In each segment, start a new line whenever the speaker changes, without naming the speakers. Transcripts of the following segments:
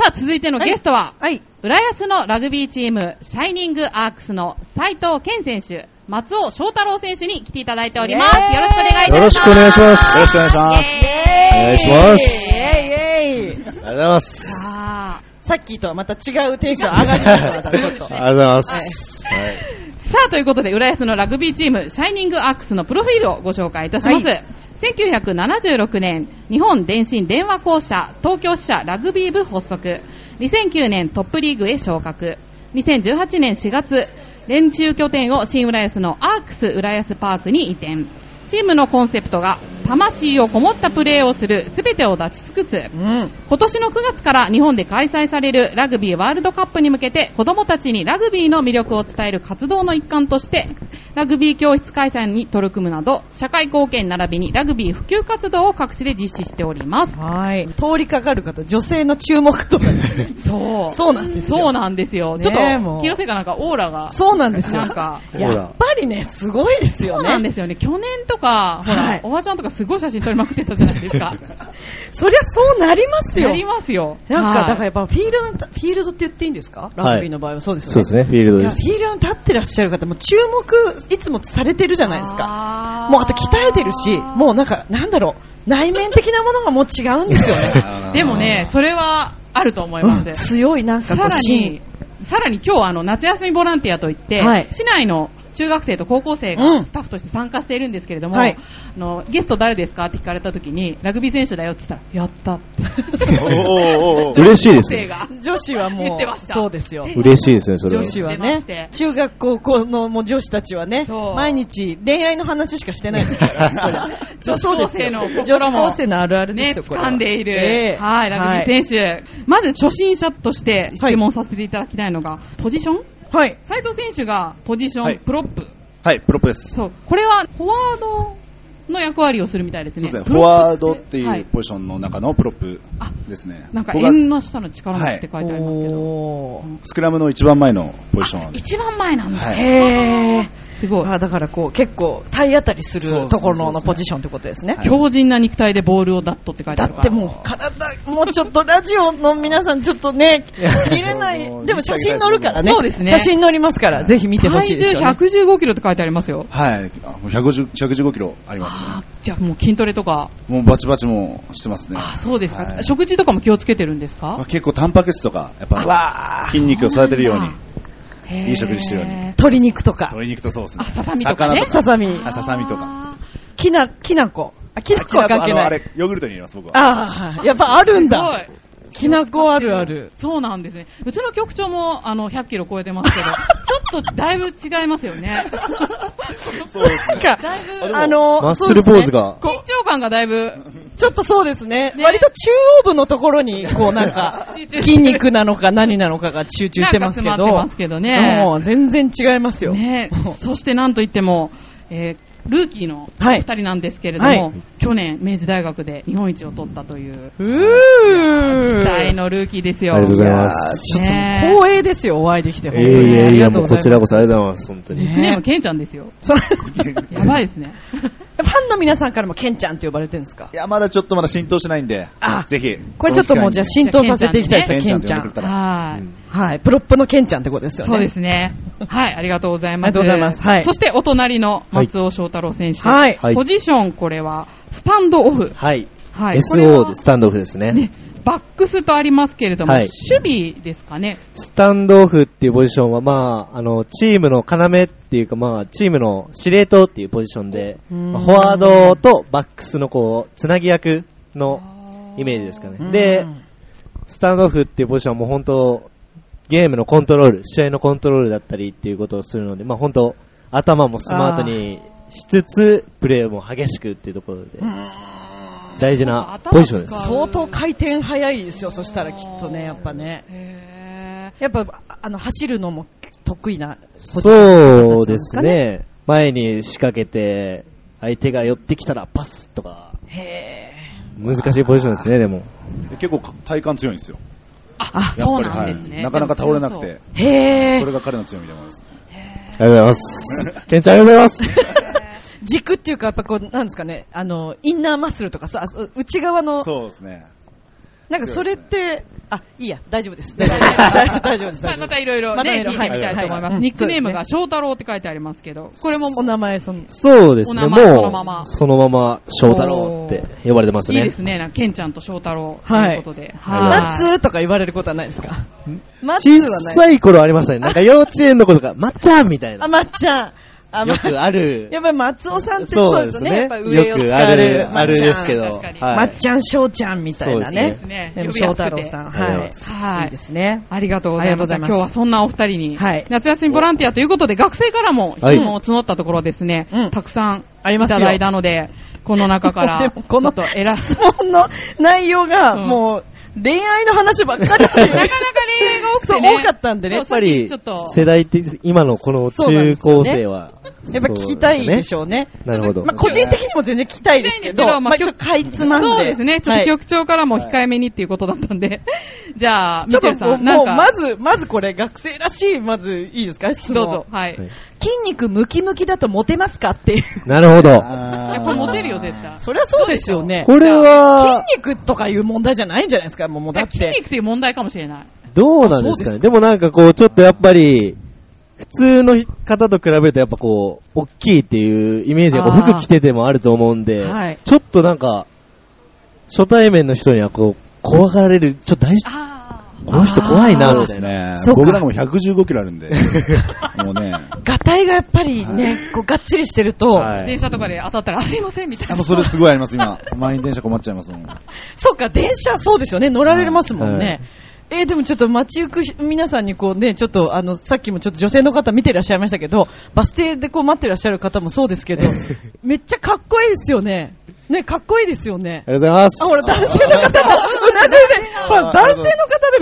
あ、続いてのゲストは、
はい。
浦安のラグビーチーム、シャイニングアークスの斉藤健選手、松尾翔太郎選手に来ていただいております。
イエーイ
よろしくお願いいたします。
よろしくお願いします。
よろしくお願いしま
イ
す
エ
お願いします。
イェイイェイ
ありがとうございます。
ーイさあ
さっきとはまた違うテンション上がりました、またちょっ と。
ありがとうございます。はい。
さあ、ということで、浦安のラグビーチーム、シャイニングアークスのプロフィールをご紹介いたします。
は
1976年、日本電信電話公社東京支社ラグビー部発足。2009年、トップリーグへ昇格。2018年4月、練習拠点を新浦安のアークス浦安パークに移転。チームのコンセプトが、魂をこもったプレーをする、すべてを出し尽くす。
うん。
今年の9月から日本で開催されるラグビーワールドカップに向けて子どもたちにラグビーの魅力を伝える活動の一環としてラグビー教室開催に取り組むなど社会貢献並びにラグビー普及活動を各地で実施しております。
はい。通りかかる方、女性の注目とかですね
そう
そうなんですよ
そうなんですよ。
ね
ちょ
え
っ
も
と、
う
清瀬がなんかオーラが、
そうなんですよ。
なんか、
やっぱりね、すごいです
そ
よ
う
ね。
なんですよね。去年とか、ほら、
はい
おばちゃんとかすごい写真撮りまくってたじゃないですか。
そりゃ そうなりますよ。
やりますよ。
なんか、
はい
だからやっぱフィールドに立、フィールドって言っていいんですかラグビーの場合はそうですよね。
そうですね、フィールド
い
で
や、フ
す。
ィールドに立ってらっしゃる方、もう注目、いつもされてるじゃないですか。
あー
もうあと鍛えてるし、もうなんか、なんだろう、内面的なものがもう違うんですよね。
でもね、 それはあると思いま
う
す。
ん強いなん
さ
かこ
ら
う、
に、さらに今日あの夏休みボランティアといって、
はい
市内の中学生と高校生
う
が
ん
スタッフとして参加しているんですけれども、
はい
あのゲスト誰ですかって聞かれた時に、ラグビー選手だよって言ったら、やったって。
おー おーおー
嬉しいです
高校生
ね。
が。
女子はも
言ってま
う、
した
そうですよ。
嬉しいですね、それは
女。子は
出まし
ね
て、
中学高校のもう女子たちはね、
そう
毎日恋愛の話しかして ないですから、
女子高生の
女
心
子
も
高生のあるあるで
ね、
すよ、これは。
掴んでいる、
ええ
はい、ラグビー選手、まず初心者として質問させていただきたいのが、ポジション
はい。
斉藤選手がポジション、
はい
プロップ。
はい、プロップです。
そう、これはフォワードの役割をするみたいです
そう
ね。
ですね。
プ
フ
ロ
ォ
ップ
ワードってい
は
うポジションの中のプロップですね。
なんか
僕は
縁の下の力持ちって書いてありますけど。
おー
スクラムの一番前のポジション。
一番前なんだ。
はい
へー。
すごい。
あだからこう結構体当たりす
そうそ
る
うそ
と
う
ころのポジションってことですね。
はい
強靭な肉体でボールをダットって書いて
だ
ある
ってもう体、もうちょっとラジオの皆さんちょっとね、見れない
も。う
でも写真載るからね。
そうですね
写真載りますから、ぜひ見てほし
体
いです
重
よ、ね。
115キロって書いてありますよ。
はい、あもう150 115キロありますね。
あーじゃあもう筋トレとか、
もうバチバチもしてますね。
あーそうです
は
か。
い
食事とかも気をつけてるんです
まあ
か
結構タンパク質とか、やっぱ
わー
筋肉を育てるように。
へー
いい食事してるように
鶏肉とか、
鶏肉とソース
あ、ささみとかね。
ささみ
あー
あささみとか。
きな、きなこ。あ、きなこは関
あ
係
の、
な
あ
い。
れ、ヨーグルトに入れます、僕は。
ああ、やっぱあるん
すご
だ。
い。
きなこあるある。
そうなんですね。うちの局長も、あの、100キロ超えて ますけど、ちょっとだいぶ違いますよね。
そうです
なんか、
だいぶ、
あの、
マッス
そうで
ル
す
ポ
ね
ーズが。
緊張感がだいぶ、
ちょっとそうですね。
ね
割と中央部のところに、こうなんか
集中して、る
筋肉なのか何なのかが集中してますけ
なん
ど。
か詰まってますけどね
もう全然違いますよ。
ね、そしてなんといっても、えールーキーの
はい
2人なんですけれども、
はい
去年、明治大学で日本一を取ったという、
うー
期待のルーキーですよ。
ありがとうござい
ま
ます。
す。ね
光栄ですよ、お会いできて。
いや
本当に
いやいや、もうこちら
そ。
こそありがとうございます、本当に。
ニックネーム、ケンちゃんですよ。
そうフ
やばいですね。
ァンの皆さんからもケンちゃんって呼ばれてるんですか
いや、まだちょっとまだ浸透してないんで
あ、
ぜひ。
これちょっともうじゃあ浸透させていきたいですよ、
ケ
ケ
ン
ン
ち
ちゃ
ゃ
ん
んね。
は
う
い
ん。
はい、プロップのケンちゃんってことですよね。
そうですね。はい、ありがとうございます。
ありがとうございますはい
そしてお隣の松尾翔太郎選手。
はい
はい
ポジション、これは、スタンドオフ。
はい。
はい。これ
SO
は
でスタンドオフですね
ね。、バックスとありますけれども、
はい
守備ですかね。
スタンドオフっていうポジションは、まあ、あの、チームの要っていうか、まあ、チームの司令塔っていうポジションで、
うん
まあフォワードとバックスのこう、つなぎ役のイメージですか
う
ね。
ん
で、スタンドオフっていうポジションはもう本当、ゲームのコントロール、試合のコントロールだったりっていうことをするので、まあ本当、頭もスマートにしつつ、プレーも激しくっていうところで、大事なポジションです。
相当回転早いですよ、そしたらきっとね、やっぱね。
へ
やっぱ、あの、走るのも得意なポジション
そうですね。前に仕掛けて、相手が寄ってきたらパスとか、
へ
難しいポジションですね、でも。
結構体幹強いんですよ。
あ、
やっ
そう
ぱり
なん
は
ですね。
い。なかなか倒れなくて。
ぇー。へ
そ
ぇ
れが彼の強みでもあります。
ありがとうござい ます。ケンちゃんありがとうございます。
ー。軸っていうか、やっぱこう、なんですかね、あの、インナーマッスルとか、そうあそう内側の、
そうですね。
なんかそれって、あ、いいや、大丈夫 です。大丈夫です。 大丈夫です。
まあまたいろいろ
ま
ね、
た
聞
い
い
ろ
て
い
み
ろ
たいと思い
はい
ま
は
す。
い
ニックネーム
う
が
ん
翔太郎って書いてありますけど、これも
お名前、その、
そうですね、
お名
も
前
う、
そのまま
そのまま翔太郎って呼ばれてます
い
ね。
いですね。なんかケンちゃんと翔太郎と
は
いう
い
ことで。
はい
マッツーとか言われることはないですかマッツー
小
はない。
さい頃ありましたね。なんか幼稚園の子とか、まっちゃんみたいな。
あ、
よ
まっちゃん。あ、ま
くある。
やっぱり松尾さんってそうですね。やっぱ上
よ
を使
く
わ
あ
れる
る、。あるですけど。
確かに
はい
まっちゃん、しょうちゃんみたいな
そうで
ね
す。
ね
でも
呼びや
翔
すくて
太郎さん。
ありがとうござい
はい。
ます
いいですね。
ありがとうございます。
ありがとうござい
今
ま
日
す
はそんなお二人に、
はい
夏休みボランティアということで、学生からも質
はい
問を募ったところですね、
うん
たくさん
あり
い
ますよ
ただいたので、この中から、
で
ち
も
ょ
この
っと選
質問の内容が、
うん
もう、恋愛の話ばっか り
なかなか恋愛が多くてね。
そう多かったんでね
そう
やっぱり
さっきちょっと、
世代って、今のこの中高生は、
やっぱ聞きたいでし
ょ。
ょうね。
なるほど。
まあ、個人的にも全然聞きたいですけ
聞きたいんですけど
ど、
ま
ま
あ
あ、ちょっとかいつまんで。
そうですね、ちょっ
は
と
い
局長からも控えめにっていうことだったんで、 じゃあ、
ち
み
ょ
ち
っ
る
と
さ
もう、
ん、なんか、
まず、まずこれ、学生らしい、まず、いいですか質
ど
問。
うぞ。。はい。
はい
筋肉ムキムキだとモテますかって いう。
なるほど。
いやこれモテるよ、絶対。
そりゃそうですよね。
これは、
筋肉とかいう問題じゃないんじゃないですかもうもうだっ
筋
て。
肉という問題かもしれない。
どうなんですか
あそうです
ね。
か
でもなんかこう、ちょっとやっぱり、普通の方と比べるとやっぱこう、大きいっていうイメージがこう
あー
服着ててもあると思うんで、
はい
ちょっとなんか、初対面の人にはこう、怖がられる、ちょっと大事、
あ
この人怖いな、
あー
み
で
た
す
いな。
ね
そう。か
僕なんかもう115キロあるんで。 もうね。
がたいがやっぱりね、こう、がっちりしてると、
あ。
は
電
い、
車とかで当たったら、あすいません、みたい
あ
な。
もうそれすごいあります、今。満員電車困っちゃいますもん。
そっか、電車そうですよね、乗られますもん
は
ね
い。
えーでもちょっと街行く皆さんにこうね、ちょっとあの、さっきもちょっと女性の方見てらっしゃいましたけど、バス停でこう待ってらっしゃる方もそうです けど、めっちゃかっこいいですよね。ね、かっこいいですよね
あ。りがとうございます
あ、。ほら、男性の方がうなずいて、ほら男性の方で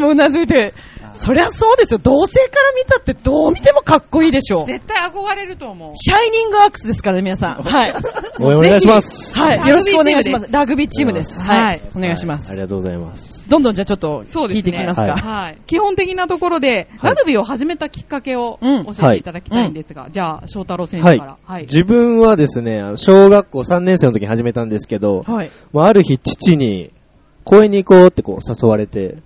もうなずいて、そりゃそうですよ。同性から見たってどう見てもかっこいいでしょう。
絶対憧れると思う。
シャイニングアークスですからね、皆さん。はい。
応援お願いしま
ぜ
す
ひはい。よろしくお願いしま
ラグビーチームです
す。ラ
は
グビーチームです。はいい。お願いしま
はあ
す
り。がとうございます。
どんどんじゃあちょっと
そうです
聞
ね
いていきます
はい
か。
はい。基本的なところで、
はい
ラグビーを始めたきっかけを
うん
教えていただきたいんですが、じゃあ、翔太郎選手から。はい。
自分はですね、あの小学校3年生の時に始めたんですけど、
はい。
まあ、ある日父に公園に行こうってこう誘われて、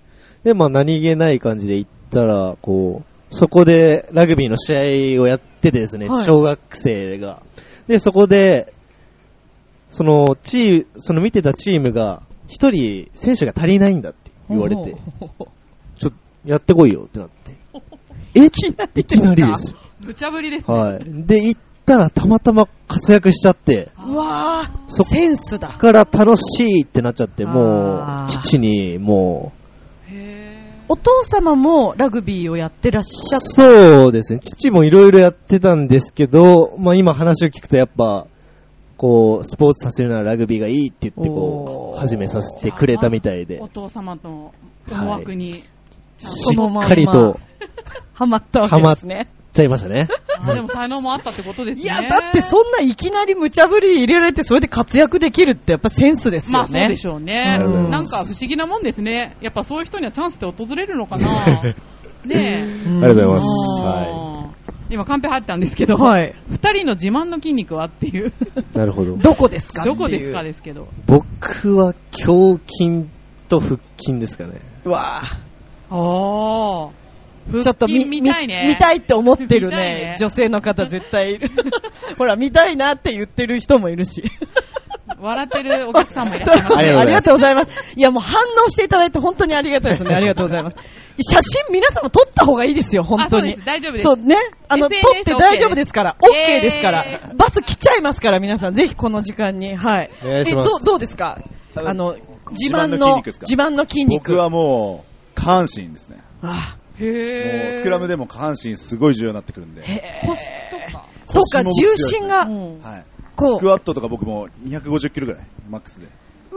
で、まあ何気ない感じで行ったら、こう、そこでラグビーの試合をやっててですね、
はい
小学生が。で、そこで、そのチーム、その見てたチームが、一人選手が足りないんだって言われて、ちょっとやってこいよって なって。えいきなりいきなりですよ。
無茶ぶりですね。
はい。で、行ったらたまたま活躍しちゃって、
うわ
そ
ぁ、
っ
センスだ。
から楽しいってなっちゃって、も
あー
う、父に、も
へ
お父様もラグビーをやってらっし
う、
ゃっ
そうですね、父もいろいろやってたんですけど、まあ今話を聞くとやっぱ、こう、スポーツさせるならラグビーがいいって言って、こ
お
う、
ー
始めさせ
ー
てくれたみたいで
お、父様の思惑に。
し
そのまんま
っかりと、
ハマったわけですね。
ちゃいました ね。
あでも才能もあったってことですね。
いや、だってそんないきなり無茶ぶり入れられて、それで活躍できるってやっぱセンスです
ま
よ
あそう
ね
で。しょうね。
うん
なんか不思議なもんですね。やっぱそういう人にはチャンスって訪れるのかなねえ。
あ
ありがとうございますは
はい。今カンペ入ったんですけど、
はい。
二人の自慢の筋肉はっていう。
なるほど。
どこですか
どこですか
って
で
い
すけど。
僕は、胸筋と腹筋ですかね。
ううわぁ。
ああ。腹
ちょっと
筋
み
見たいね。
み見たいって思ってる
見たいね
ね。女性の方絶対い る。ほら、見たいなって言ってる人もいるし。
笑ってるお客さんもいらっしゃいま
あ
す
り
あ
がとうございます
りがとうございます。いや、もう反応していただいて本当にありがたいですね。ありがとうございます。写真皆さんも撮った方がいいですよ、本当
あそう
に
です。大丈夫です
そうね。あの、撮
SNS
って大丈夫ですから。
OK
OK ですか
イエー
ら。バス来ちゃいますから、皆さん。ぜひこの時間に。はい。
お願いします
えどうどうですか
あの
あの、自
自
慢
慢
の
の筋肉です、か
自慢の筋肉。
僕はもう、下半身ですね。
あ
へ
もう、
え。
スクラムでも下半身すごい重要になってくるんで。
腰とか。
そうか、
腰も
重
強いですね
心が
う、ん
はい。
こ
ス
う
ク。ワットとか僕も250キロぐらい、マックスで。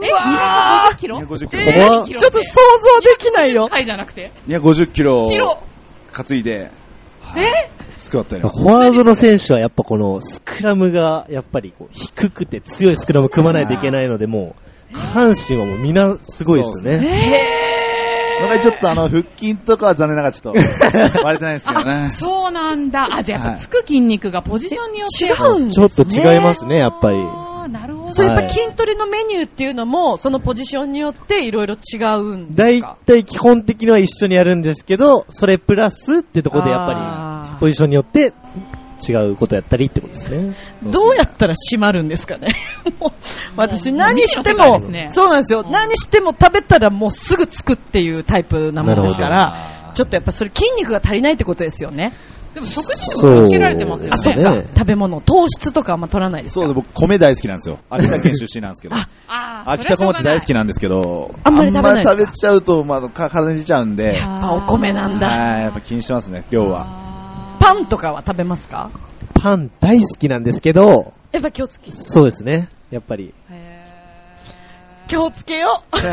え、250キロ
250キ
え
ロ。
怖
250
っ
キロ
ちょっと想像できないよ。
はいじゃなくて。
250キロ
キロ。
担いで、
え
スクワットやり
フ
ます。
ォワードの選手はやっぱこのスクラムがやっぱりこう低くて強いスクラム組まないといけないのでもう下半身はもうみんなすごいですよね。
なんかちょっとあの、腹筋とかは残念ながらちょっと、割れてないですけどね。
そうなんだ。あ、じゃあやっ
は
ぱ
い
つく筋肉がポジションによって。
違うんです
ちょ
ね
っと違いますね、やっぱり。
あーなるほ
そうやっぱ
はい
筋トレのメニューっていうのも、そのポジションによっていろいろ違うん
だ
です
い
か
たい基本的には一緒にやるんですけど、それプラスってとこでやっ
あ
ぱ
ー
り、ポジションによって違うことやったりってことですね。
どうやったら閉まるんですかね もう私
もう
何して
見ての
も
世界ですね
そうなんですよ。何しても食べたらもうすぐつくっていうタイプなもんですか
な
ほ
ら
ど、
ちょっとやっぱそれ筋肉が足りないってことですよね。
でも食事にも気をつけられてますよ
あ、そ
そう
ね。
う
か
ね。
食べ物、糖質とかあんま取らないです
そう
か
で僕、米大好きなんですよ。秋田県出身なんですけど。
あー
秋田小餅大好き。なんですけど、
あんまり食べないですか
あんま食べちゃうと、まあ、か風邪ひいちゃうんで、
や
は
やっぱお米なん
い、
だ。
やっぱ気にしてますね、量は。
パンとかは食べますか
パン大好きなんですけど、
やっぱ気をつけ、
そうですね。やっぱり。
気をつけよう。
選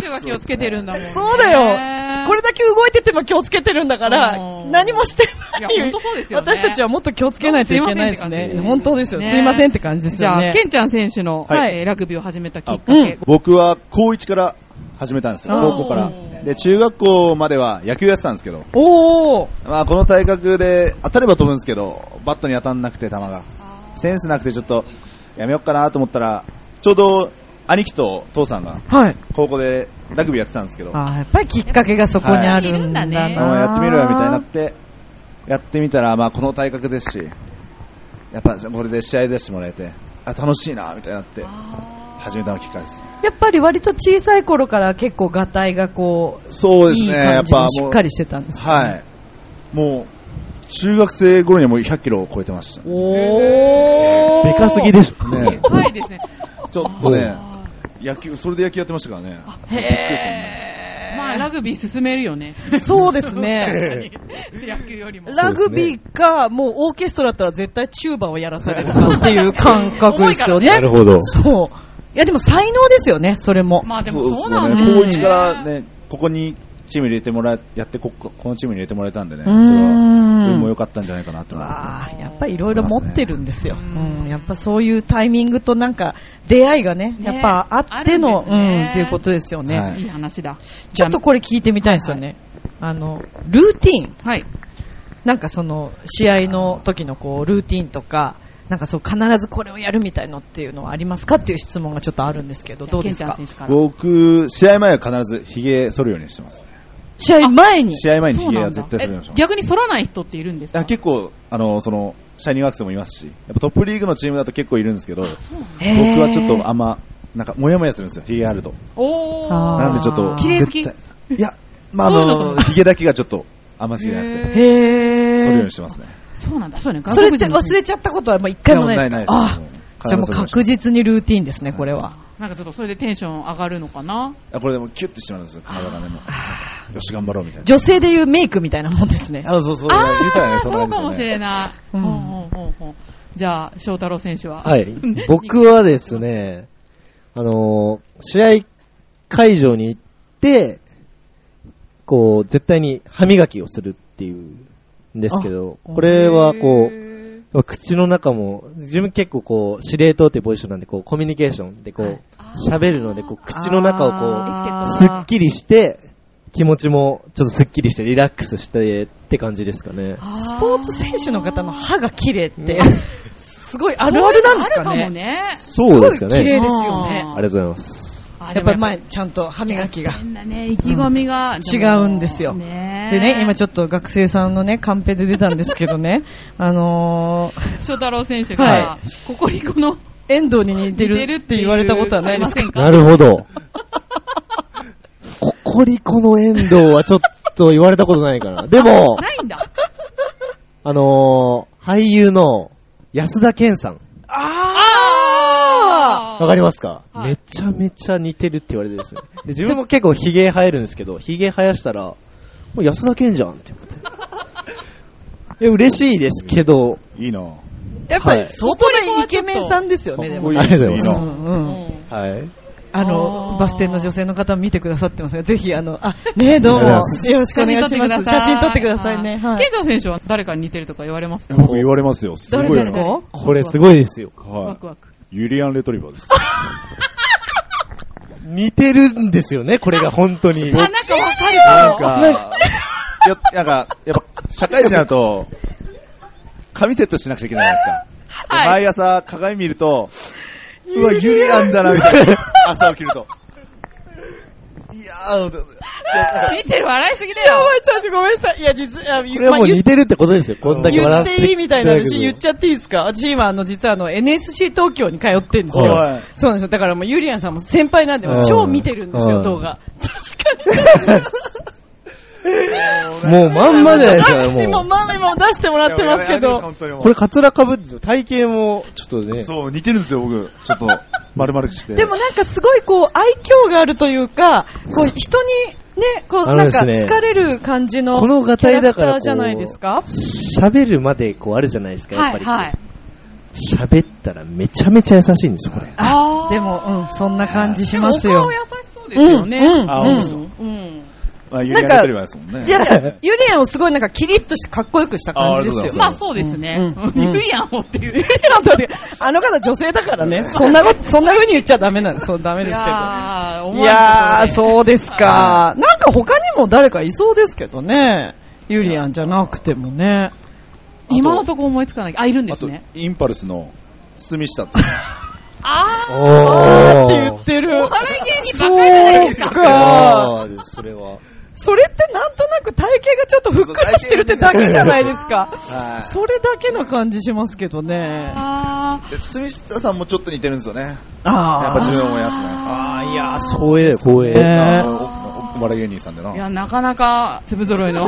手が気をつけてるんだもんね。
そうだよ。これだけ動いてても気をつけてるんだから
う、ん
何もしてない。
いや本当そうですよね
私たちはもっと気をつけないといけないです
すいませんって感じ
ね。
で
本当ですよ。
ね
すいませんって感じです
じゃ
よ
あ、
ね。
ケンちゃん選手の、
はい
えーラグビーを始めたきっかけ、
あうん
僕は高1から始めたんですよ、
あー
高校から。で、中学校までは野球やってたんですけど、
おー。
まあ、この体格で当たれば飛ぶんですけど、バットに当たんなくて、球が。センスなくて、ちょっと、やめようかなと思ったら、ちょうど、兄貴と父さんが、
はい。
高校でラグビーやってたんですけど、
あーやっぱりきっかけがそこにあるんだな、
はいいるんだね
あのやってみろよみたいになって、やってみたら、まあ、この体格ですし、やっぱこれで試合出してもらえて、あ楽しいなみたいになって、始めたのきっかけです。
やっぱり割と小さい頃から結構がたいがこう、
そうです
いい
ね、
感
やっ
じ
ぱ
にし
も
っ
う、
かりしてたんです。
はい、もう中学生頃にはもう100キロを超えてました。
おー。
でかすぎでしょ。
ね
怖いですね。
ちょっとね、野球、それで野球やってましたからね。びっくりしたね
まあ、ラグビー進めるよね。
そうで すね。
確かに野球よりも。
ラグビーか、もうオーケストラだったら絶対チューバをやらされるかって いう感覚ですよね。
なるほど。
そう。いや、でも才能ですよね、それも。
まあで
そ
も
うで
そう
す
な
よ
ん
ね
だ、よ
高1からね、ここにチーム入れてもらえやってこ、ここのチームに入れてもらえたんでね、それ
うーん
は、運も良かったんじゃないかなって思います
ああ、やっぱりいろいろ持ってるんですよ。うん、やっぱそういうタイミングとなんか出会いがね、
ね
やっぱあっての、
あるんですね
うん、っていうことですよね。
はい
いい話だ。
ちょっとこれ聞いてみたいんですよね。あの、ルーティン。
はい。
なんかその、試合の時のこう、ルーティンとか、なんかそう、必ずこれをやるみたいのっていうのはありますかっていう質問がちょっとあるんですけど、どうです
じゃあ
か
ケンちゃん選手から。
僕、試合前は必ず髭剃るようにしてますね。
試合前に。
試合前に
そう
髭
な
は
んだ
絶対剃るようにして
え
ます。
逆に反らない人っているんです
いや
か
結構、あの、その、シャイニングアクセもいますし、やっぱトップリーグのチームだと結構いるんですけど、
へー
僕はちょっとあんま、なんか、もやもやするんですよ、髭あると。
お
あー
ー。
なんでちょっと、
綺麗好き
絶対いや、まあ、あ
そういうのと
の、
も
髭だけがちょっと、あんま好きじゃなく
へ
て、
ー
へー
剃るようにしてますね。
そうなんだ、そうね。
それって
外国人の
忘れちゃったことはもう一回もないですか
いやもうな
あ
いないです
あじゃあもう確実にルーティンですね、これは。
なんかちょっとそれでテンション上がるのかな。
あこれでもキュッてしまうんですよ、体がね、もう。よし、頑張ろうみたいな。
女性でいうメイクみたいなもんですね。
あ、そうそう、
あ
言ったよ
あー、
ね、んな
そう
感じ
かも
です
し
よね
れない。
う
うんんうんうんうんじゃあ、翔太郎選手は。
はい。僕はですね、あのー試合会場に行って、こう、絶対に歯磨きをするっていうんですけど、
あ
これはこう、
う、
口の中も、自分結構こう、司令塔っていうポジションなんで、こう、コミュニケーションでこう、喋るので、こう、口の中をこ
あ
う、
ー
すっきりして、気持ちもちょっとすっきりして、リラックスしてって感じですかね。
スポーツ選手の方の歯が綺麗って
ね、
すごいあるあるなんですか
あるかも
ね。
ね。
そうですか
すごい綺麗で
ね。
すよね
ありがとうございます。
あ
や
で
っ
も
ぱり前、ちゃんと歯磨きが。
みんなね、意気込みが、
違うんですよ。で
ね
ね、今ち
ょ
ょっと学生さんのね、カンペで出たんですけどね、あのー、
っと。翔太郎選手が、
は
ココリコの、
遠藤に似てるって言われたことはないですか
ありませんか
なるほど。 ココリコの遠藤はちょっと言われたことないから。でも、
ないんだ。
あのー、俳優の安田健さん。
あ
わかりますか、
はい
めちゃめちゃ似てるって言われて ですね。で自分も結構ヒゲ生えるんですけど、ヒゲ生やしたら、もう安田健じゃんって 思って。いや、嬉しいですけど、
いいなぁ。
ーやっぱ
は
り
い
相当なイケメンさんですよね、でも。
ありがとうございます
な
うんうん
はい。
あの
あー
バス停の女性の方見てくださってますが、ぜひ、あの、あ、ねどうも、よ
ありがとうござい
ろ
ます
しくお願いします。写真撮ってくださいね。はい
健。常選手は誰かに似てるとか言われますか
僕言われますよ。すごい
誰です
な
か
これすごいですよ。
ワ
は
クワク。
い。ユリアンレトリバーです。
似てるんですよ ね、これが本当に。
あ、なんかわかる
なん
かも。
か、やなんか、やっぱ、社会人になると、髪セットしなくちゃいけないじゃないですか。で
はい
毎朝、鏡見ると、うわ、ユリアンだな、みたいな。朝起きると。いやー、で
見てる笑いすぎだ
やば
よ。
い、ちょっとごめんなさい。いや、実、あ
これは
ま
も
あ
う
言っ
似てるってことですよ。こんだけ
言っ
笑
ていいみたいな私言っち
ゃ
ゃっていいですか私今あの実はあの NSC 東京に通ってるんですよ。
は
そうなんですよ。だからもうユリアンさんも先輩なんで、もう超見てるんです
う
よ、
ん
動画。確か に。
もうまんまじゃ ないですか、
今、
も
まあ今出してもらってますけど。
本当にも
う。
う
これ、カツラかぶってる体型も、ちょっとね。
そう、似てるんですよ、僕。ちょっと、丸々して。
でもなんかすごいこう愛嬌があるというか、こう人にね、こう
あの
なん
です
か
ね
疲れる感じの
この
キ
がた
ャ
い
ラ
だ
ク
か
タ
らこ
ー
う
じゃないですか
喋るまでこうあるじゃないですか、やっ
は
ぱ
い、
り。
はい。
喋ったらめちゃめちゃ優しいんですよ、これ。
あー
で、も、うん、そんな感じし
で
ま
もお
すよ
顔。優しそうですよね。
うんうん
あ本当ですか
うん。
まあ、ユリアンだけですもんね。
いや、ユリアンをすごいなんかキリッとしてかっこよくした感じですよ。
まあそうですね。
うんうん
ユリアンをっていう。い
なんだってあの方女性だから ね。そんなこと、そんな風に言っちゃダメなんです。そう、ダメですけど。
やー、思
い
わ
やー、
ぬところ
そうですか。なんか他にも誰かいそうですけどね。ユリアンじゃなくてもね。
と
今のところ思いつかない。あ、いるんで
あ
す
と
ね。、
インパルスの、堤下って。
あ
あー
お
って言ってる。
お笑い芸人ばっかりじゃないですか
そうか。
あーそれは。
それってなんとなく体型がちょっとふっくらしてるってだけじゃないですか。
は
それだけな感じしますけど
ー。
ね。
あ
い。で、堤下さんもちょっと似てるんですよね。やっぱ
あ
自
ー
分思いますね。
あー
いやー、光栄だよ、光栄。
ね
あのおおお笑い芸人さんでな。
ーいや、なかなか粒揃い の。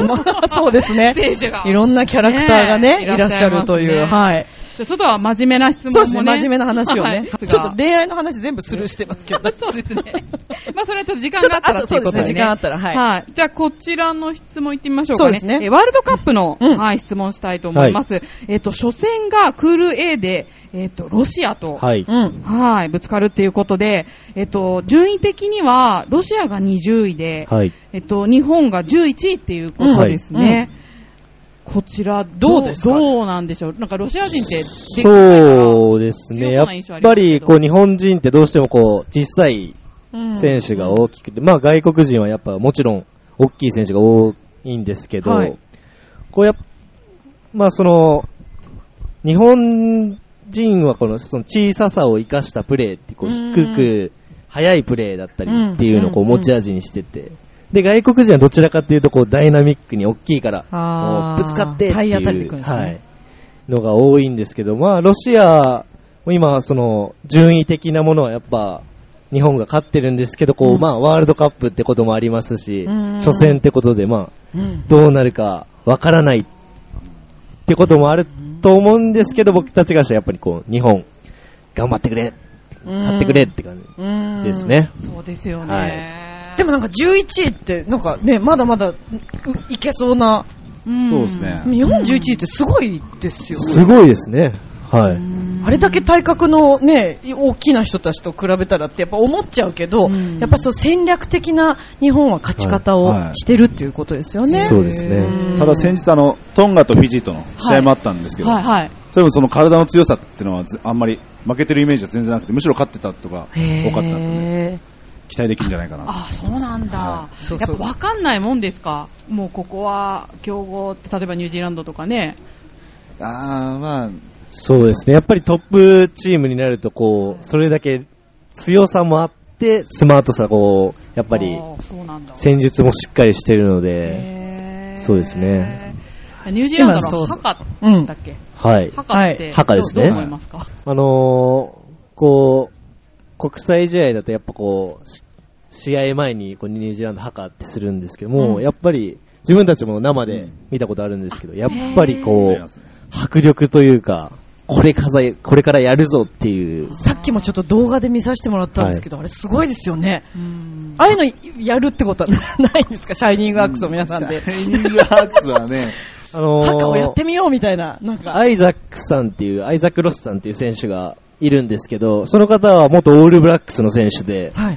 そうですね。
選手が。
いろんなキャラクターがね、
ね
いらっしゃるとい
いら
う。
っしゃいます
はい。
ちょっとは真面目な質問もね。
そうですね、真面目な話を
はい
ね。 ちょっと恋愛の話全部スルーしてますけ ど。
そうですね。まあ、それはちょっと時間
ちょっ
があ
と
ったら
あ
と
そ
いうう
で
ことで、
すね、
ね。
時間あったら、はい。
はい。じゃあ、こちらの質問いってみましょうかね。
そうですね
えワールドカップの、
うん
はい、質問したいと思います。えっ、と、初戦がクール A で、えっ、と、ロシアと、はい。
はい。
うん。
ぶつかるっていうことで、えっ、と、順位的には、ロシアが20位で、
はい。
えっ、と、日本が11位っていうことです
うん
ね。こちら、
どうですかね
どうなんでしょうなんか、ロシア人って、
そうですね。
強
や
そ
っ
うな印象ありま
ぱ
すけど
り、こう、日本人ってどうしてもこう、小さい選手が大きくて、まあ外国人はやっぱもちろん大きい選手が多いんですけど、
はい
こうやっまあその、日本人はこのその小ささを生かしたプレーってこう
うんうん
低く速いプレーだったり
うん
っていうのをこう
うんうん
持ち味にしてて、で外国人はどちらかというとこうダイナミックに大きいから、も
あー
うぶつかってってい
体当たりで
う、
来るんですね
はい、のが多いんですけど、まあロシア、今その順位的なものはやっぱ日本が勝ってるんですけど、こう、
うん
まあワールドカップってこともありますし、
うん
初戦ってことでまあ
うん。
どうなるかわからないってこともあると思うんですけど、僕たちがしたらやっぱりこう日本頑張ってくれ、勝ってくれって感
うん
じです。ね。
そうですよね。
でもなんか11位って、なんかね、まだまだういけそうな、
うん
そうですね
日本11位ってすごいですよね。
すごいですね。は
う
い。
ん
あれだけ体格のね、大きな人たちと比べたらってやっぱ思っちゃうけど、
うん
やっぱそう戦略的な日本は勝ち方を
はいはい
してるっていうことですよね。
そうですね
うん
ただ先日あの、トンガとフィジーとの試合もあったんですけど、
はいはい。
それもその体の強さっていうのはずあんまり負けてるイメージは全然なくて、むしろ勝ってたとか多かったんで、
へー
期待できるんじゃないかな。
あそうなんだ
は。
そう
やっ
そ
ぱ
う
分かんないもんですかもうここは強豪って、例えばニュージーランドとかね。
あー、まあ、
そうですね。やっぱりトップチームになると、こう、それだけ強さもあって、スマートさ、こう、や
や
っぱり、
そうなんだ。
戦術もしっかりしてるので、
へー
そうですね。
ニュージーランド
今そ
の
うそう
ハカ
うん
だっけ
はい。
ハカって、
はい
ハカですね
どう思いますか
あのー、こう、国際試合だとやっぱこう、し試合前にこうニュージーランドハカってするんですけども、
うん
やっぱり自分たちも生で見たことあるんですけど、やっぱりこう、迫力というか、これかざこれからやるぞっていう、
さっきもちょっと動画で見させてもらったんですけど、あれすごいですよね。
うん
ああいうのやるってことはないんですかシャイニングアクスの皆さんで。
シャイニングアークスはね、
あのー
ハカをやってみようみたいな、なんか。
アイザックさんっていう、アイザック・ロスさんっていう選手がいるんですけど、その方は元オールブラックスの選手で、
はい。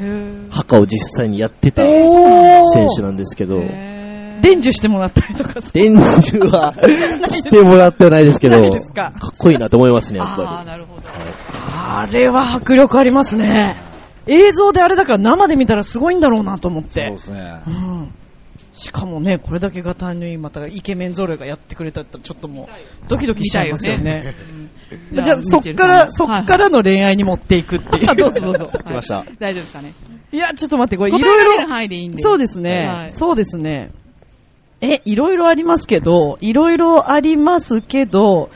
ハカを実際にやってた選
お
手なんですけど、
へー
伝授してもらったりとかさ。
伝授 はしてもらってはないですけど、
ないですか
っこいいなと思いますね、やっ
ああ、
ぱ
なるほど。
あれは迫力ありますね。映像であれだから生で見たらすごいんだろうなと思っ
そう
て
で。すね
う。んしかもね、これだけが単にまたイケメンゾロがやってくれたらちょっともうドキドキしちゃいますよね。
見たいよね
じゃあそっから、そっからの恋愛に持っていくっていう。
あどうぞどうぞ。はい
来ました
大丈夫ですかね。
いや、ちょっと待って、これい
答え
ろ
ら
い
れ
ろ
る。範囲でいいんで。
そうですね、
はい
そうですね。え、いろいろありますけど、いろいろありますけど、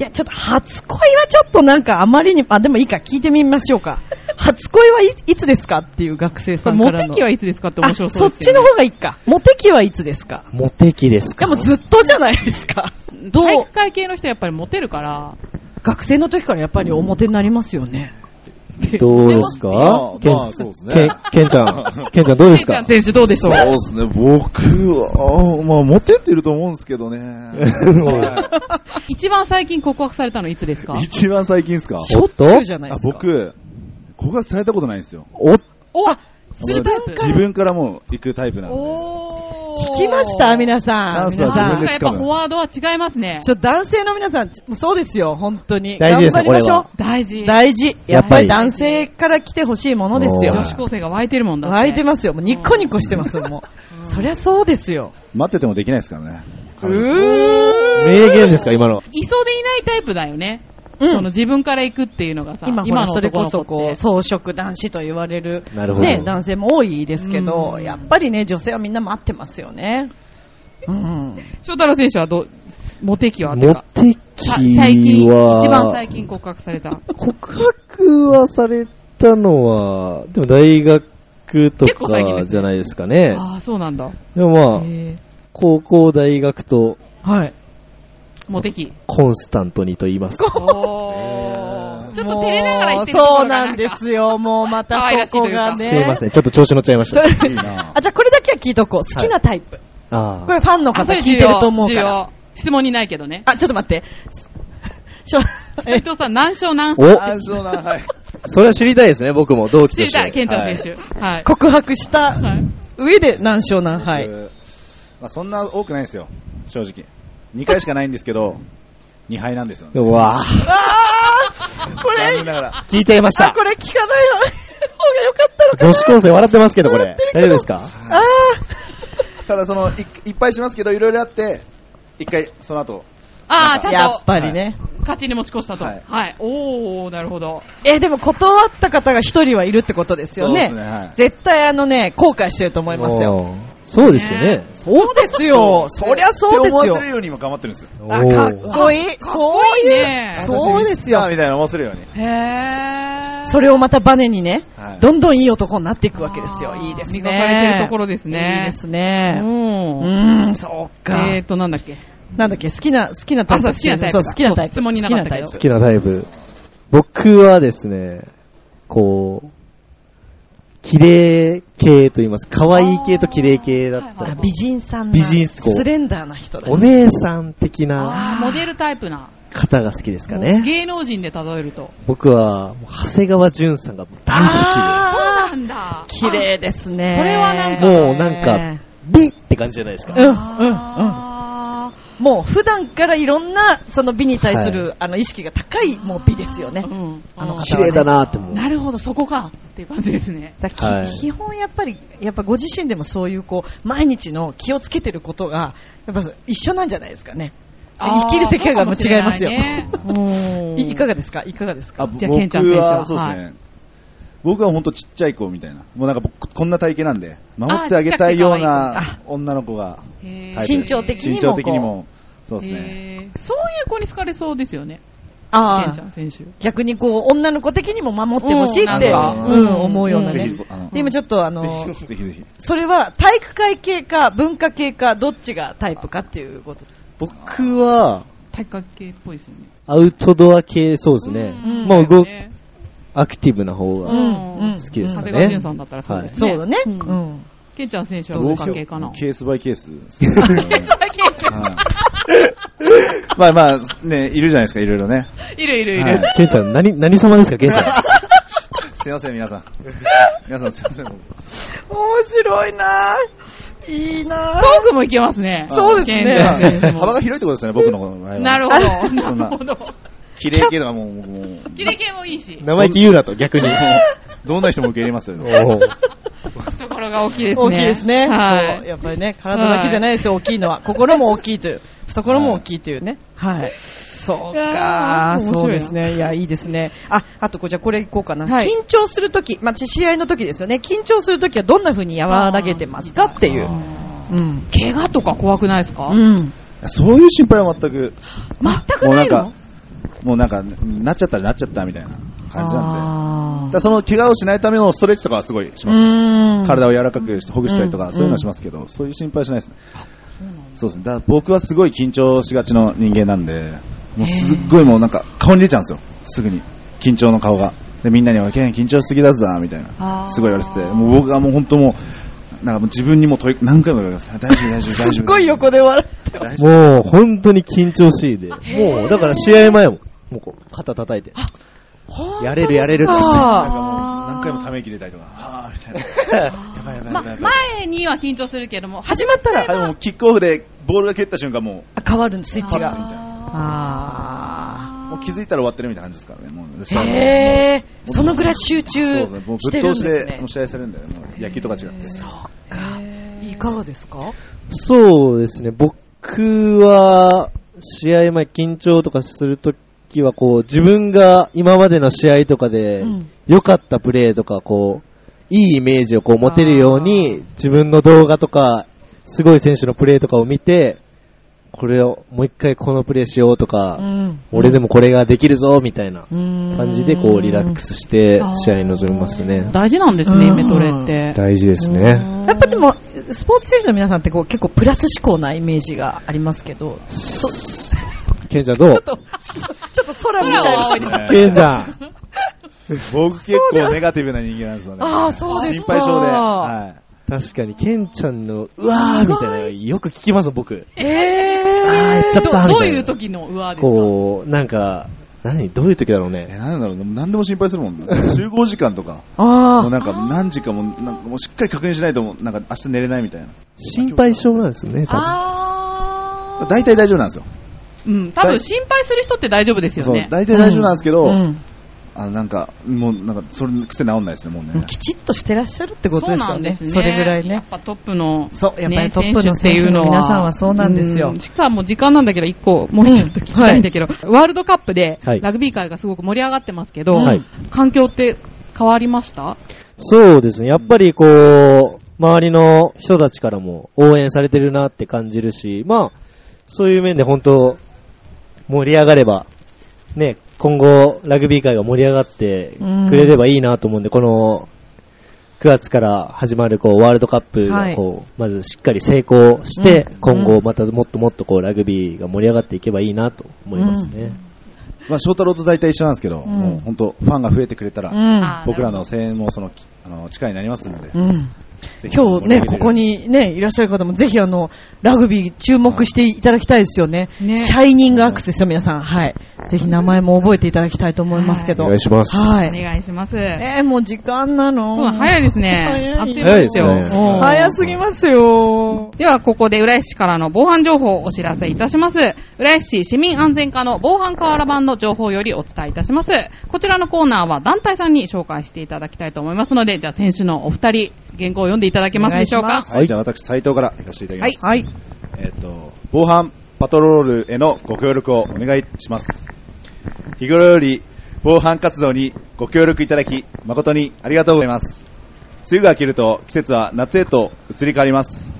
いや、ちょっと初恋はちょっとなんかあまりに、あ、でもいいか、聞いてみましょう か。初恋はいいつですかっていう学生さん
モ
からの。
テ期はいつですかって面白
あ
そ
そうっ
です
ち
けど
の
ね
方がいいか。モテ期はいつですか
モテ期です
で
か
もずっとじゃないですか。どう
体育会系の人はやっぱりモテるから、
学生の時からやっぱり表になりますよね。
どうです
まあ
かけん
まあそうですね
けんけんちゃ ん、けんちゃんどうです
ケン
か
ちゃん選手どうでしょ
そう
う
ですね、僕は、まあ、モテてると思うんですけ どね。は
一番最近告白されたのいつですか
い一番最近ですか
しょっちゅうじゃない
あ
ですか。
僕、告白されたことないんですよ。
おっ
お
自分自分からもう行くタイプなんで。
おー
聞きました、皆
チャ
さん。
ンスは
皆さ
自
ん
分で
やっぱフォワードは違いますね。
ちょ男性の皆さん、ちょそうですよ、本当に。
大事ですよ
頑張りましょ
こ
大事。
う。大事。や
や
っ
っ
ぱ
ぱ
り
り
男性から来てほしいものですよ
おー
女。子高生が湧いてるもんだって。
湧いてますよ。もうニッコニコしてますよ、もう。そりゃそうですよ。
待っててもできないですからね。
う
彼女
ー
名言ですか今の。
いそうでいないタイプだよね。
うん
その自分から行くっていうのがさ、
今ほら、それこそ
男
こ
の
う、
子っ
装飾男子と言われる、
なるほど
ね、男性も多いですけど、
うん
やっぱりね、女性はみんな待ってますよね。うん。
て翔太郎選手はどう、モテ期はて
モ
か
テ
さ最
期
近、
は、
一番最近告白された。
告白はされたのは、でも大学と
結構最近で
か
すね
じゃないですかね。
ああ、そうなんだ。
でもまあ、
へー
高校、大学と
はい。
モテ 期。
コンスタントにと言いますか。
おーちょっと照れながら言ってるところ
そう
が
なんで
か。
すよ、もうまたそこがね。
すいません、ちょっと調子乗っ ちゃいまし
そ
た。
れ
いいな
あ、じゃあこれだけは聞いとこう。好きなタイプ。
あ
これ
あ。
ファンの
あ
方
それ重
聞
要
いてると思うから。
重要質問にないけどね。
あ、ちょっと待って。すしょ
斉藤さん、何勝何敗
あ
お
そうなんはい。
それは知りたいですね、僕も、同期
知
と
り
して。
たい、ケンちゃ
は
ん
い
選手。はい。
告白した
はい
上で何勝何敗。
僕まあ、そんな多くないんですよ、正直。2回しかないんですけど、2敗なんですよね。
うわあ
こ
残
れ
念、ながら。
聞いちゃいまし
あ、
た
こ。れ聞かない方が良かったのかな
女子高生笑ってますけど、こ
笑
れ
ってる。け
大
ど
丈夫ですか
あ
ただ、その、いいっぱいしますけど、いろいろあって、1回、その後、
ああ、ち
ー
ゃ
や
ん
っ
と
ぱりね。
勝ちに持ち越したと。は
はいい。
おー、なるほど。
えーでも断った方が一人はいるってことですよ
そうで
ね
すねはい。
絶対あのね、後悔してると思いますよ。
おーそうですよね。
そうですよ。そりゃそうです
って思わ
よ
せる。ようにも頑張ってるんですよ。
あ、かっこいい。そういう。
ねえ
そうですよ
私ミスターみたいな思わせるように。
へー。
それをまたバネにね、
はい
どんどんいい男になっていくわけですよ。
あー
いいですね。
磨かれてるところですね
いいです
う。
ね。うんーん、そうか。
えーと、なんだっけ。
なんだっけ、好きな、好きなタイプ。
あそう好きなタイプ
そう、好きなタイプ。
そう質問になかったけど
好き
好きなタイプ。僕はですね、こう、綺麗系と言います。可愛い系と綺麗系だっ
は
た
い
タ
は
イ
い
り。
プ。あ美人さんな。
美人っすこう
スレンダーな人だ
お
ね。
姉さん的な
あー、モデルタイプな。
方が好きですか
もう
ね。
芸能人で例えると。
僕は、もう長谷川淳さんが大好
そうな
あー
んだ。
綺麗ですね。
それはなん
き
か
で。もうなんか、美って感じじゃないですか。
うん、うん、うん。
あ
もう普段からいろんな、その美に対する、あの、意識が高い、もう美ですよね。
ーうん。
あの方はね
綺麗だなって思う。
なるほど、そこか。っていう感じですね。
だき
はい
基本やっぱり、やっぱご自身でもそういうこう、毎日の気をつけてることが、やっぱ一緒なんじゃないですかね。
あー
生きる世界がもう違いますよ。
そう かもしれないね
いかがですかいかがですか
あ、
じゃあケンちゃん選手
僕
は
は、そうですね。僕は本当ちっちゃい子みたいな。もうなんか僕、こんな体型なんで、守ってあげたいよう
あちっちゃくて可愛い
な女の子が、
へ
タ
ー
イプ
身長的にも
身長的にも、そうですね。
へーそういう子に好かれそうですよね。ケン
あ
ちゃ
あ
ん。選手。
逆にこう、女の子的にも守ってほしい
うん
って、う
なんか
ん、思うような
ぜ
ね
ひ。
あの
で、今ちょっとあの、
ぜひ、ぜひぜひ。
それは体育会系か文化系か、どっちがタイプかっていうこと。
僕は、
体格系っぽいですよね。
アウトドア系、そうですね
うん。
もう動く、
ね
アクティブな方
う
が。
んうん
好きです
長
よね
谷川潤さんだったらそうですね。
そうだね。
う
うんん。
ケンちゃん選手は文化系か な。
ケースバイケースですけどね。はい まあまあ、ね、いるじゃないですか、いろいろね。
いるいるい
は
る
い。
ケンちゃん、何、何様ですか、ケンちゃん。
すいません、皆さん。皆さん、すいません。僕
面白いなぁ。いいな
トークもいけますね。
そうですね
ケンちゃん選手も
幅が広いってことですね、僕の場合は。
なる
ほ
ほど。
そん
な
な
るほど。
ど。綺麗系とかもう、もう、
キレ系もいいし。
生意気言うなと、逆に。
どんな人も受け入れますよね。
おー
人がころが大きいですね。
大きいですね。
は
そう
い。
やっぱりね、体だけじゃないですよ、大きいのは。心も大きいという。懐も大きいというね。はい。そう
あー
か
面白いな
そうですね。いや、いいですね。あ、あとこう、じゃあこれいこうかな。
はい
緊張するとき、まあ、試合のときですよね。緊張するときはどんな風に和らげてますかっていう。うん。
怪我とか怖くないですか、
うん。
そういう心配は全く。
全く
も
な
うないん
の
か、もうなんか、なっちゃったらなっちゃったみたいな感じなんで。だか
あー
らその怪我をしないためのストレッチとかはすごいします。
うん
体を柔らかくしてほぐしたりと
う
か、
ん
そういうのはしますけど、そういう心配はしないですね。そうですね。だから僕はすごい緊張しがちの人間なんで、もうすっごいもうなんか顔に出ちゃうんですよ。すぐに。緊張の顔が。で、みんなには、けん、緊張しすぎだぞ、みたい
あー
な。すごい言われてて、もう僕はもう本当もう、なんかもう自分にもう問い、何回も言われます。大丈夫、大丈夫、大丈夫。
すっごい横で笑って
大丈夫。
もう、本当に緊張しいで。もう、だから試合前も、もうこう、肩叩いて。やれるやれるっつって。
なんか
あ
もう何回もため息出た りとか、はぁ、みたいな。やばいやばいや
ま
ばいやばい。
前には緊張するけども、
始まったら
はい、もうキックオフでボールが蹴った瞬間も
変わるんです、スイッチが。
が。
あ
う、もう気づいたら終わってるみたいな感じですからね。もう
ー。へー。そのぐらい集中
そうですね、もう
し
ぶ
て
っ
るんで
通し
す
で
ね
もう。試合されるんだよね、もう野球とか違って。
そうか。いかがですか
そうですね、僕は、試合前緊張とかするときは、こう、自分が今までの試合とかで
うん、
良かったプレーとか、こう、いいイメージをこう持てるように、自分の動画とか、すごい選手のプレーとかを見て、これを、もう一回このプレーしようとか、俺でもこれができるぞ、みたいな感
感
じで、こう、リラック
ス。
スして
あー、
試合に臨みますね。
大事なんですね、
うん
メトレって。
大事ですね。
やっぱでも、スポーツ選手の皆さんってこう結構プラス思考なイメージがありますけど、
ケンちゃんどう
ちょっと空見ちゃいました。
ね
ケンちゃん。
僕結構ネガティブな人間なんですよね。
あーそうですか
心配性で。は
確かに、ケンちゃんの、うわーみたいなのよく聞きます、僕。
え
あー、やっちゃったみたいな。
どどういう時のうわですか
こう、なんか、何どういう時だろう
い。え、
ね。
なんだろう、何でも心配するも ん。集合時間とか、
あ
もう
ー
なんか何時かも、なんかもうしっかり確認しないと、もうなんか明日寝れないみたいな。
心配性なんですよね、多分
あー
大体大丈夫なんですよ。
うん、多分心配する人って大丈夫ですよ
そう
ね、。
大体大丈夫なんですけど、
うん
あのなんか、もうなんか、それ癖治んないですね、もう
もう
ね。
きちっとしてらっしゃるってこと
そう
です
な
よ
んで
ね。
すね。
それぐらい
やっ
ね。
ぱトップの、
そうやっぱり
ね
トップの選手の皆さんはそうなんですよ
うしかも時間なんだけど、一個、もうちょっと聞きたいんだけど、ワールドカップで
はい
ラグビー界がすごく盛り上がってますけど、
はい
環境って変わりました
そうですね。やっぱりこう、周りの人たちからも応援されてるなって感じるし、まあ、そういう面で本当、盛り上がれば、ね、今後、ラグビー界が盛り上がってくれればいいなと思うんで、この、9月から始まるこうワールドカップ
はい
がこう、まずしっかり成功して、
うん
今後またもっともっとこうラグビーが盛り上がっていけばいいなと思いますね。
まあ、翔太郎と大体一緒なんですけど、
ん
もう本当、ファンが増えてくれたら、
うん
あー
僕らの声援もその、あの、力になりますので。
うん
ぜひ
今日ね、
盛り上げて
ここにね、いらっしゃる方もぜひあの、ラグビー注目していただきたいですよね。
ね
シャイニングアクセスよ、皆さん。はい。ぜひ名前も覚えていただきたいと思いますけど。
お願いします。
は
お
い。
願いします。
えー、もう時間なの
そうだ、早いですね。あっ
早
と
い
いう間ですよ。
早いですね
うん
早すぎますよ。
では、ここで浦安市からの防犯情報をお知らせいたします。浦安市市民安全課の防犯カーラ版の情報よりお伝えいたします。こちらのコーナーは団体さんに紹介していただきたいと思いますので、じゃあ選手のお二人、原稿を読んでいただけますでしょう
お
か
願いし。
はい、じゃあ私、斉藤から行かせていただきます。
はい。
えっ、と、防犯パトロールへのご協力をお願いします。日頃より防犯活動にご協力いただき、誠にありがとうございます。梅雨が明けると季節は夏へと移り変わります。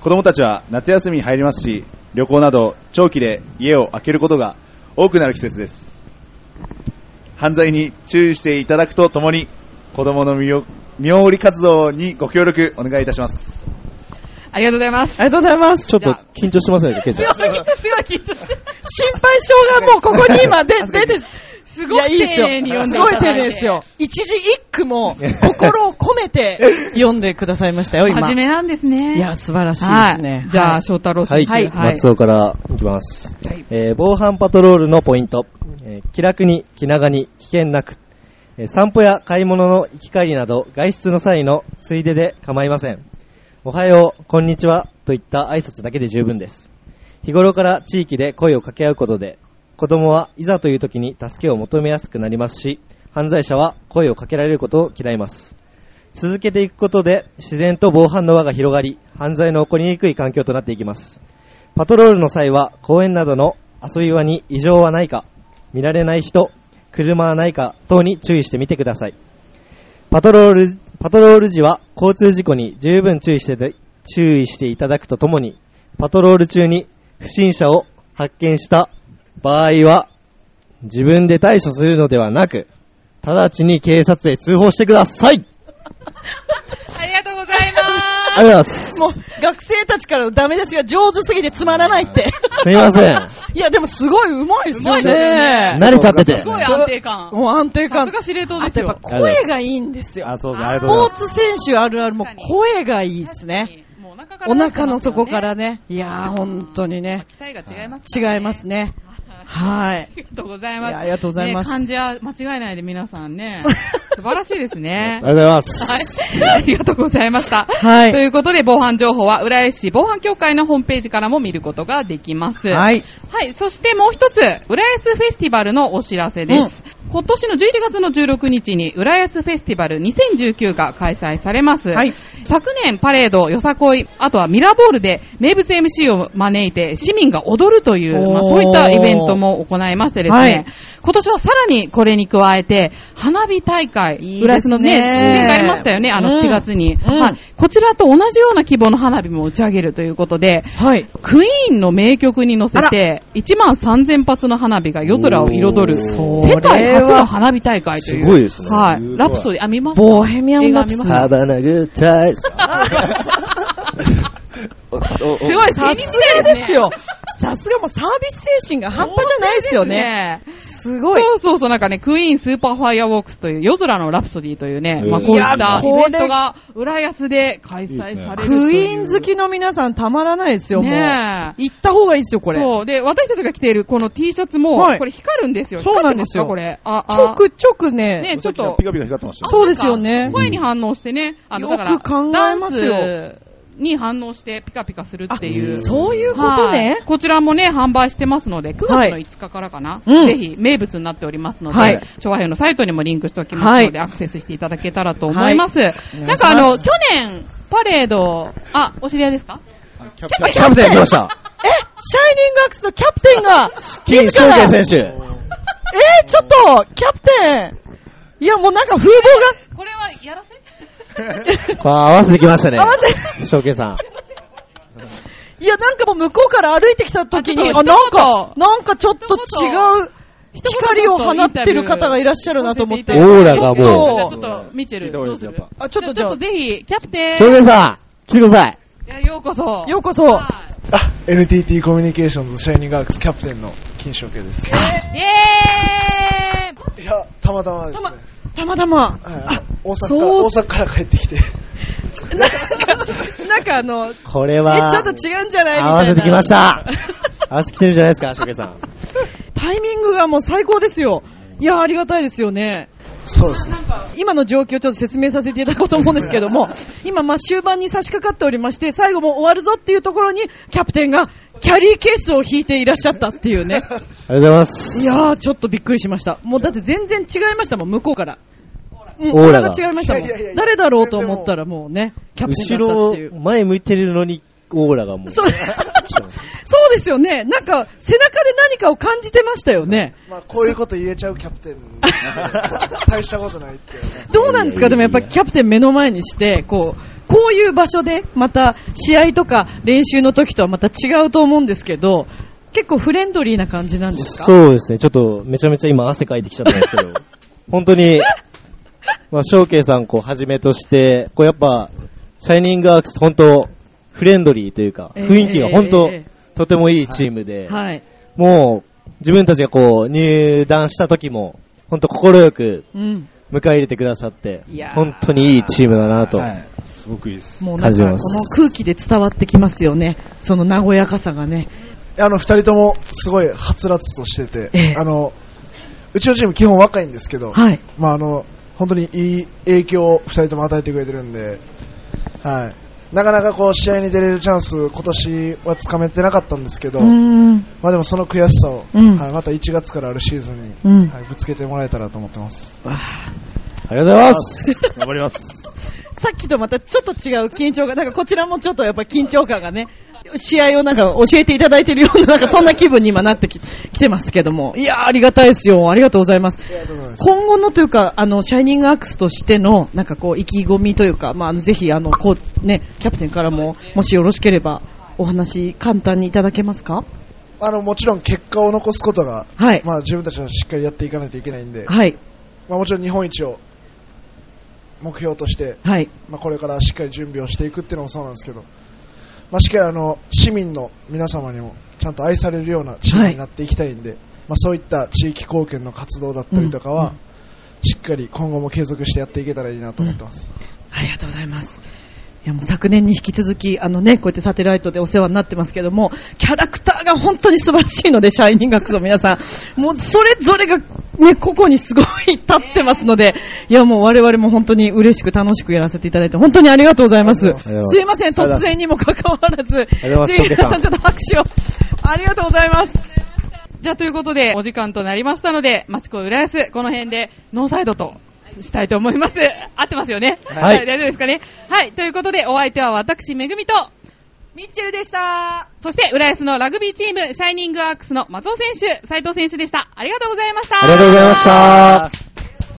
子供たちは夏休みに入りますし、旅行など長期で家を空けることが多くなる季節です。犯罪に注意していただくとともに、子供の見よ見守り活動にご協力お願いいたします。
ありがとうございます。
ありがとうございます。
ちょっと緊張してませんか、ケンちゃん。
すごい緊張して。
心配性がもうここに今 で出て、す
ごい
いですよ
丁寧に読んで
す
いた
ご
だい
い
て
丁寧ですよ。一字一句も心を込め て読んでくださいましたよ、今。
真面目なんですね。
いや、素晴らしいですね。
はいじゃあ、翔太郎さん。
はい、松尾からいきます。
はい
えー防犯パトロールのポイント、えー気楽に気長に危険なく、えー散歩や買い物の行き帰りなど外出の際のついでで構いませんおはようこんにちはといった挨拶だけで十分です日頃から地域で声を掛け合うことで子供はいざという時に助けを求めやすくなりますし犯罪者は声をかけられることを嫌います続けていくことで自然と防犯の輪が広がり犯罪の起こりにくい環境となっていきますパトロールの際は公園などの遊び場に異常はないか見られない人車はないか等に注意してみてくださいパトロールパトロール時は交通事故に十分注意してで注意していただくとともにパトロール中に不審者を発見した場合は自分で対処するのではなく直ちに警察へ通報してください
ありがとうございます。
ありがとうございます。
もう、学生たちからのダメ出しが上手すぎてつまらないって。
すみません。
いや、でもすごい上手いですよ
上手いです
ね
ね。
慣れちゃってて
す。ごい安定感。
もう安定
さ
感
す。が司令塔
あ
で
と
す
やっ
よ。
ぱ声がいいんですよ。
あ、
ス
そうです。ありがとうござい
ポ
ま
ーツ
す。
選手あるあるも
確かに
声がいいですね。。
もうお腹から
お腹の底から
ね。
ね。いやー、本当にね。
期待が違いますからね。
違います
ね。
ね。はい
あ。りがとうございま
い
す。
やありがとうございます
ね漢字は間違えないで皆さんね。素晴らしいです ね。
ありがとうございます。
はい。ありがとうございました。
はい
ということで、防犯情報は、浦江市防犯協会のホームページからも見ることができます。。
はいい。
はい。そしてもう一つ、浦安フェスティバルのお知らせです。今年の11月の16日に、浦安フェスティバル2019が開催されます。
はい
昨年、パレード、よさこい、あとはミラーボールで名物 MC を招いて、市民が踊るという、まあ、
おー
そういったイベントも行いましてですね、
はい
今年はさらにこれに加えて、花火大会、
いいですね
浦安のね、前回ありましたよね、あの
うん
7月に、
うん
はい。こちらと同じような規模の花火も打ち上げるということで、
はい。
クイーンの名曲に乗せて、1万3000発の花火が夜空を彩る、
おー
世界初の花火大会という。
すごいですね
は
すご
い。
い
ラプソディ、あ、見ました
ボヘミアンラプソディ
映画見ました
バナグタイズ。
すごい、
さすがですよ。 さすがもうサービス精神が半端じゃないですよね。
ね。
すごい。
そうそうそう、なんかね、クイーンスーパーファイアウォークスという夜空のラプソディというね、
うん
まあこういった
い
イ
や
ベントが浦安で開催されるという
クイーン好きの皆さんたまらないですよ、もう。
ねえ
行った方がいいですよ、これ。
そう。で、私たちが着ているこの T シャツも、
はい
これ光るんですよ。
そうなんですよ
光ってまかこれ。
ち
あ、
ょ
あ。
くちょくね。
ね、ちょっと
ピ、カピカ光ってましたよ。
そうですよね。
声に反応してね、あの、
よ
だ
く
から、
考えますよ
ダンスに反応してピカピカするっていう。
そういうこと
はい
ね。
こちらもね、販売してますので、9月の
はい
5日からかな、
うん
ぜひ名物になっておりますので、
はい
昭和編のサイトにもリンクしておきますので、アクセスしていただけたらと思います。
い
なんかあの、去年、パレード、あ、お知り合いですか
あキャプテン
キャプテン来ました。
え、シャイニングアクスのキャプテンが、
金
自
正
ら
賢選手。
えー、ちょっと、キャプテン。いや、もうなんか風貌
これはやらせ
こう合わせてきましたね。
が、合わせ、
正賢さん。
いや、なんかもう向こうから歩いてきた時に、
あちょ
あ、
っと一言
なんか、なんかちょっと違う光を放ってる方がいらっしゃるなと思って。
オーラ
ちょ
が
っ
も
と、
う
ちょっと、ミチェ
聞
ル、
いた
ど
方がいういですすよ
る
やっ
あ、ちょっとじ
ち
ゃ
ょっとぜひ、キャプテン。
正賢さん、来てください。
いや、ようこそ
あ、。ようこそ。
はい
あ、NTT コミュニケーションズシャイニングアークスキャプテンの金正慶です。
イエーイ
いや、たまたまですね。
たまたま。
はい
あ、
大阪から、
そう
大阪から帰ってきて。
なんか、なんかあ の、え、ち
これは、
ょっと違うんじゃないみたいな。
合わせてきました。合わせてきてるんじゃないですか、正賢さん。
タイミングがもう最高ですよ。いや、ありがたいですよね。
そうですね。
今の状況をちょっと説明させていただこうと思うんですけど も、今、まあ終盤に差し掛かっておりまして、最後もう終わるぞっていうところに、キャプテンがキャリーケースを引いていらっしゃったっていう ね。
ありがとうございます。
いやー、ちょっとびっくりしました。もうだって全然違いましたもん、向こうから。うん
オーラが
オ違いましたも
いやいやいや
ん。誰だろうと思ったらもうね、キャプテ
後
ンだったってい
ろ、
う。
前向いてるのに、オーラがもう。
そうそうですよね。なんか、背中で何かを感じてましたよね。
まあ、こういうこと言えちゃうキャ プテン。大したことないって。
どうなんですか、でもやっぱりキャプテン目の前にして、こう、こういう場所で、また試合とか練習の時とはまた違うと思うんですけど、結構フレンドリーな感じなんですか
そうですね、ちょっとめちゃめちゃ今汗かいてきちゃったんです けど、本当に、まあ、翔慶さんこうはじめとして、こうやっぱ、シャイニングアークス本当、フレンドリーというか、
えー
雰囲気が本当、
え
とてもいいチームで、
はい。
もう、自分たちがこう、入団した時も、本当心よく
うん。
迎え入れてくださって
いや、ー
本当にいいチームだなと。
はい。すごくいいです。
もうな
感
ん
じ
か、こ
ま
の
す
空気で伝わってきますよね。その和やかさがね。
あの、二人とも、すごい、はつらつとしてて、
ええ
あの、うちのチーム基本若いんですけど、
はい。
まあ、あの、本当にいい影響を二人とも与えてくれてるんで、はい。なかなかこう、試合に出れるチャンス、今年はつかめてなかったんですけど、
うーん。
まあでもその悔しさを、
うん
はい、また1月からあるシーズンに、
うん
はい、ぶつけてもらえたらと思ってます。
わあ
ありがとうございます。
頑張ります。
さっきとまたちょっと違う緊張が、なんかこちらもちょっとやっぱ緊張感がね、試合をなんか教えていただいてるような、なんかそんな気分に今なってききてますけども。いやー、ありがたいですよ。ありがとうございます。
りがとうございます。
今後のというか、あの、シャイニングアークスとしての、なんかこう、意気込みというか、まあ、ぜひ、あの、こう、ね、キャプテンからも、もしよろしければ、お話、簡単にいただけますか
あの、もちろん結果を残すことが、
はい。
まあ自分たちはしっかりやっていかないといけないんで、
はい。
まあもちろん日本一を目標として、
はい。
まあこれからしっかり準備をしていくっていうのもそうなんですけど、まあしっかりあの、市民の皆様にもちゃんと愛されるようなチームになっていきたいんで、まあそういった地域貢献の活動だったりとか
う
は
ん、
しっかり今後も継続してやっていけたらいいなと思ってます。
ありがとうございます。いやもう昨年に引き続き、あのね、こうやってサテライトでお世話になってますけども、キャラクターが本当に素晴らしいので、シャイニングアクスの皆さん、もうそれぞれがね、個々にすごい立ってますので、いやもう我々も本当に嬉しく楽しくやらせていただいて、本当にありがとうございます。
ありがと
うございます
すいません、突然にもかかわらず、
りがとうございます
ぜひ皆さんち
シ
ょっと拍手を。ありがとうございます。
じゃあということで、お時間となりましたので、町子浦安、この辺でノーサイドとしたいと思います。合ってますよね
はい
大丈夫ですかねはい、ということで、お相手は私、めぐみと、ミッチェルでした。そして、浦安のラグビーチーム、シャイニングアークスの松尾選手、斉藤選手でした。ありがとうございました。
ありがとうございました。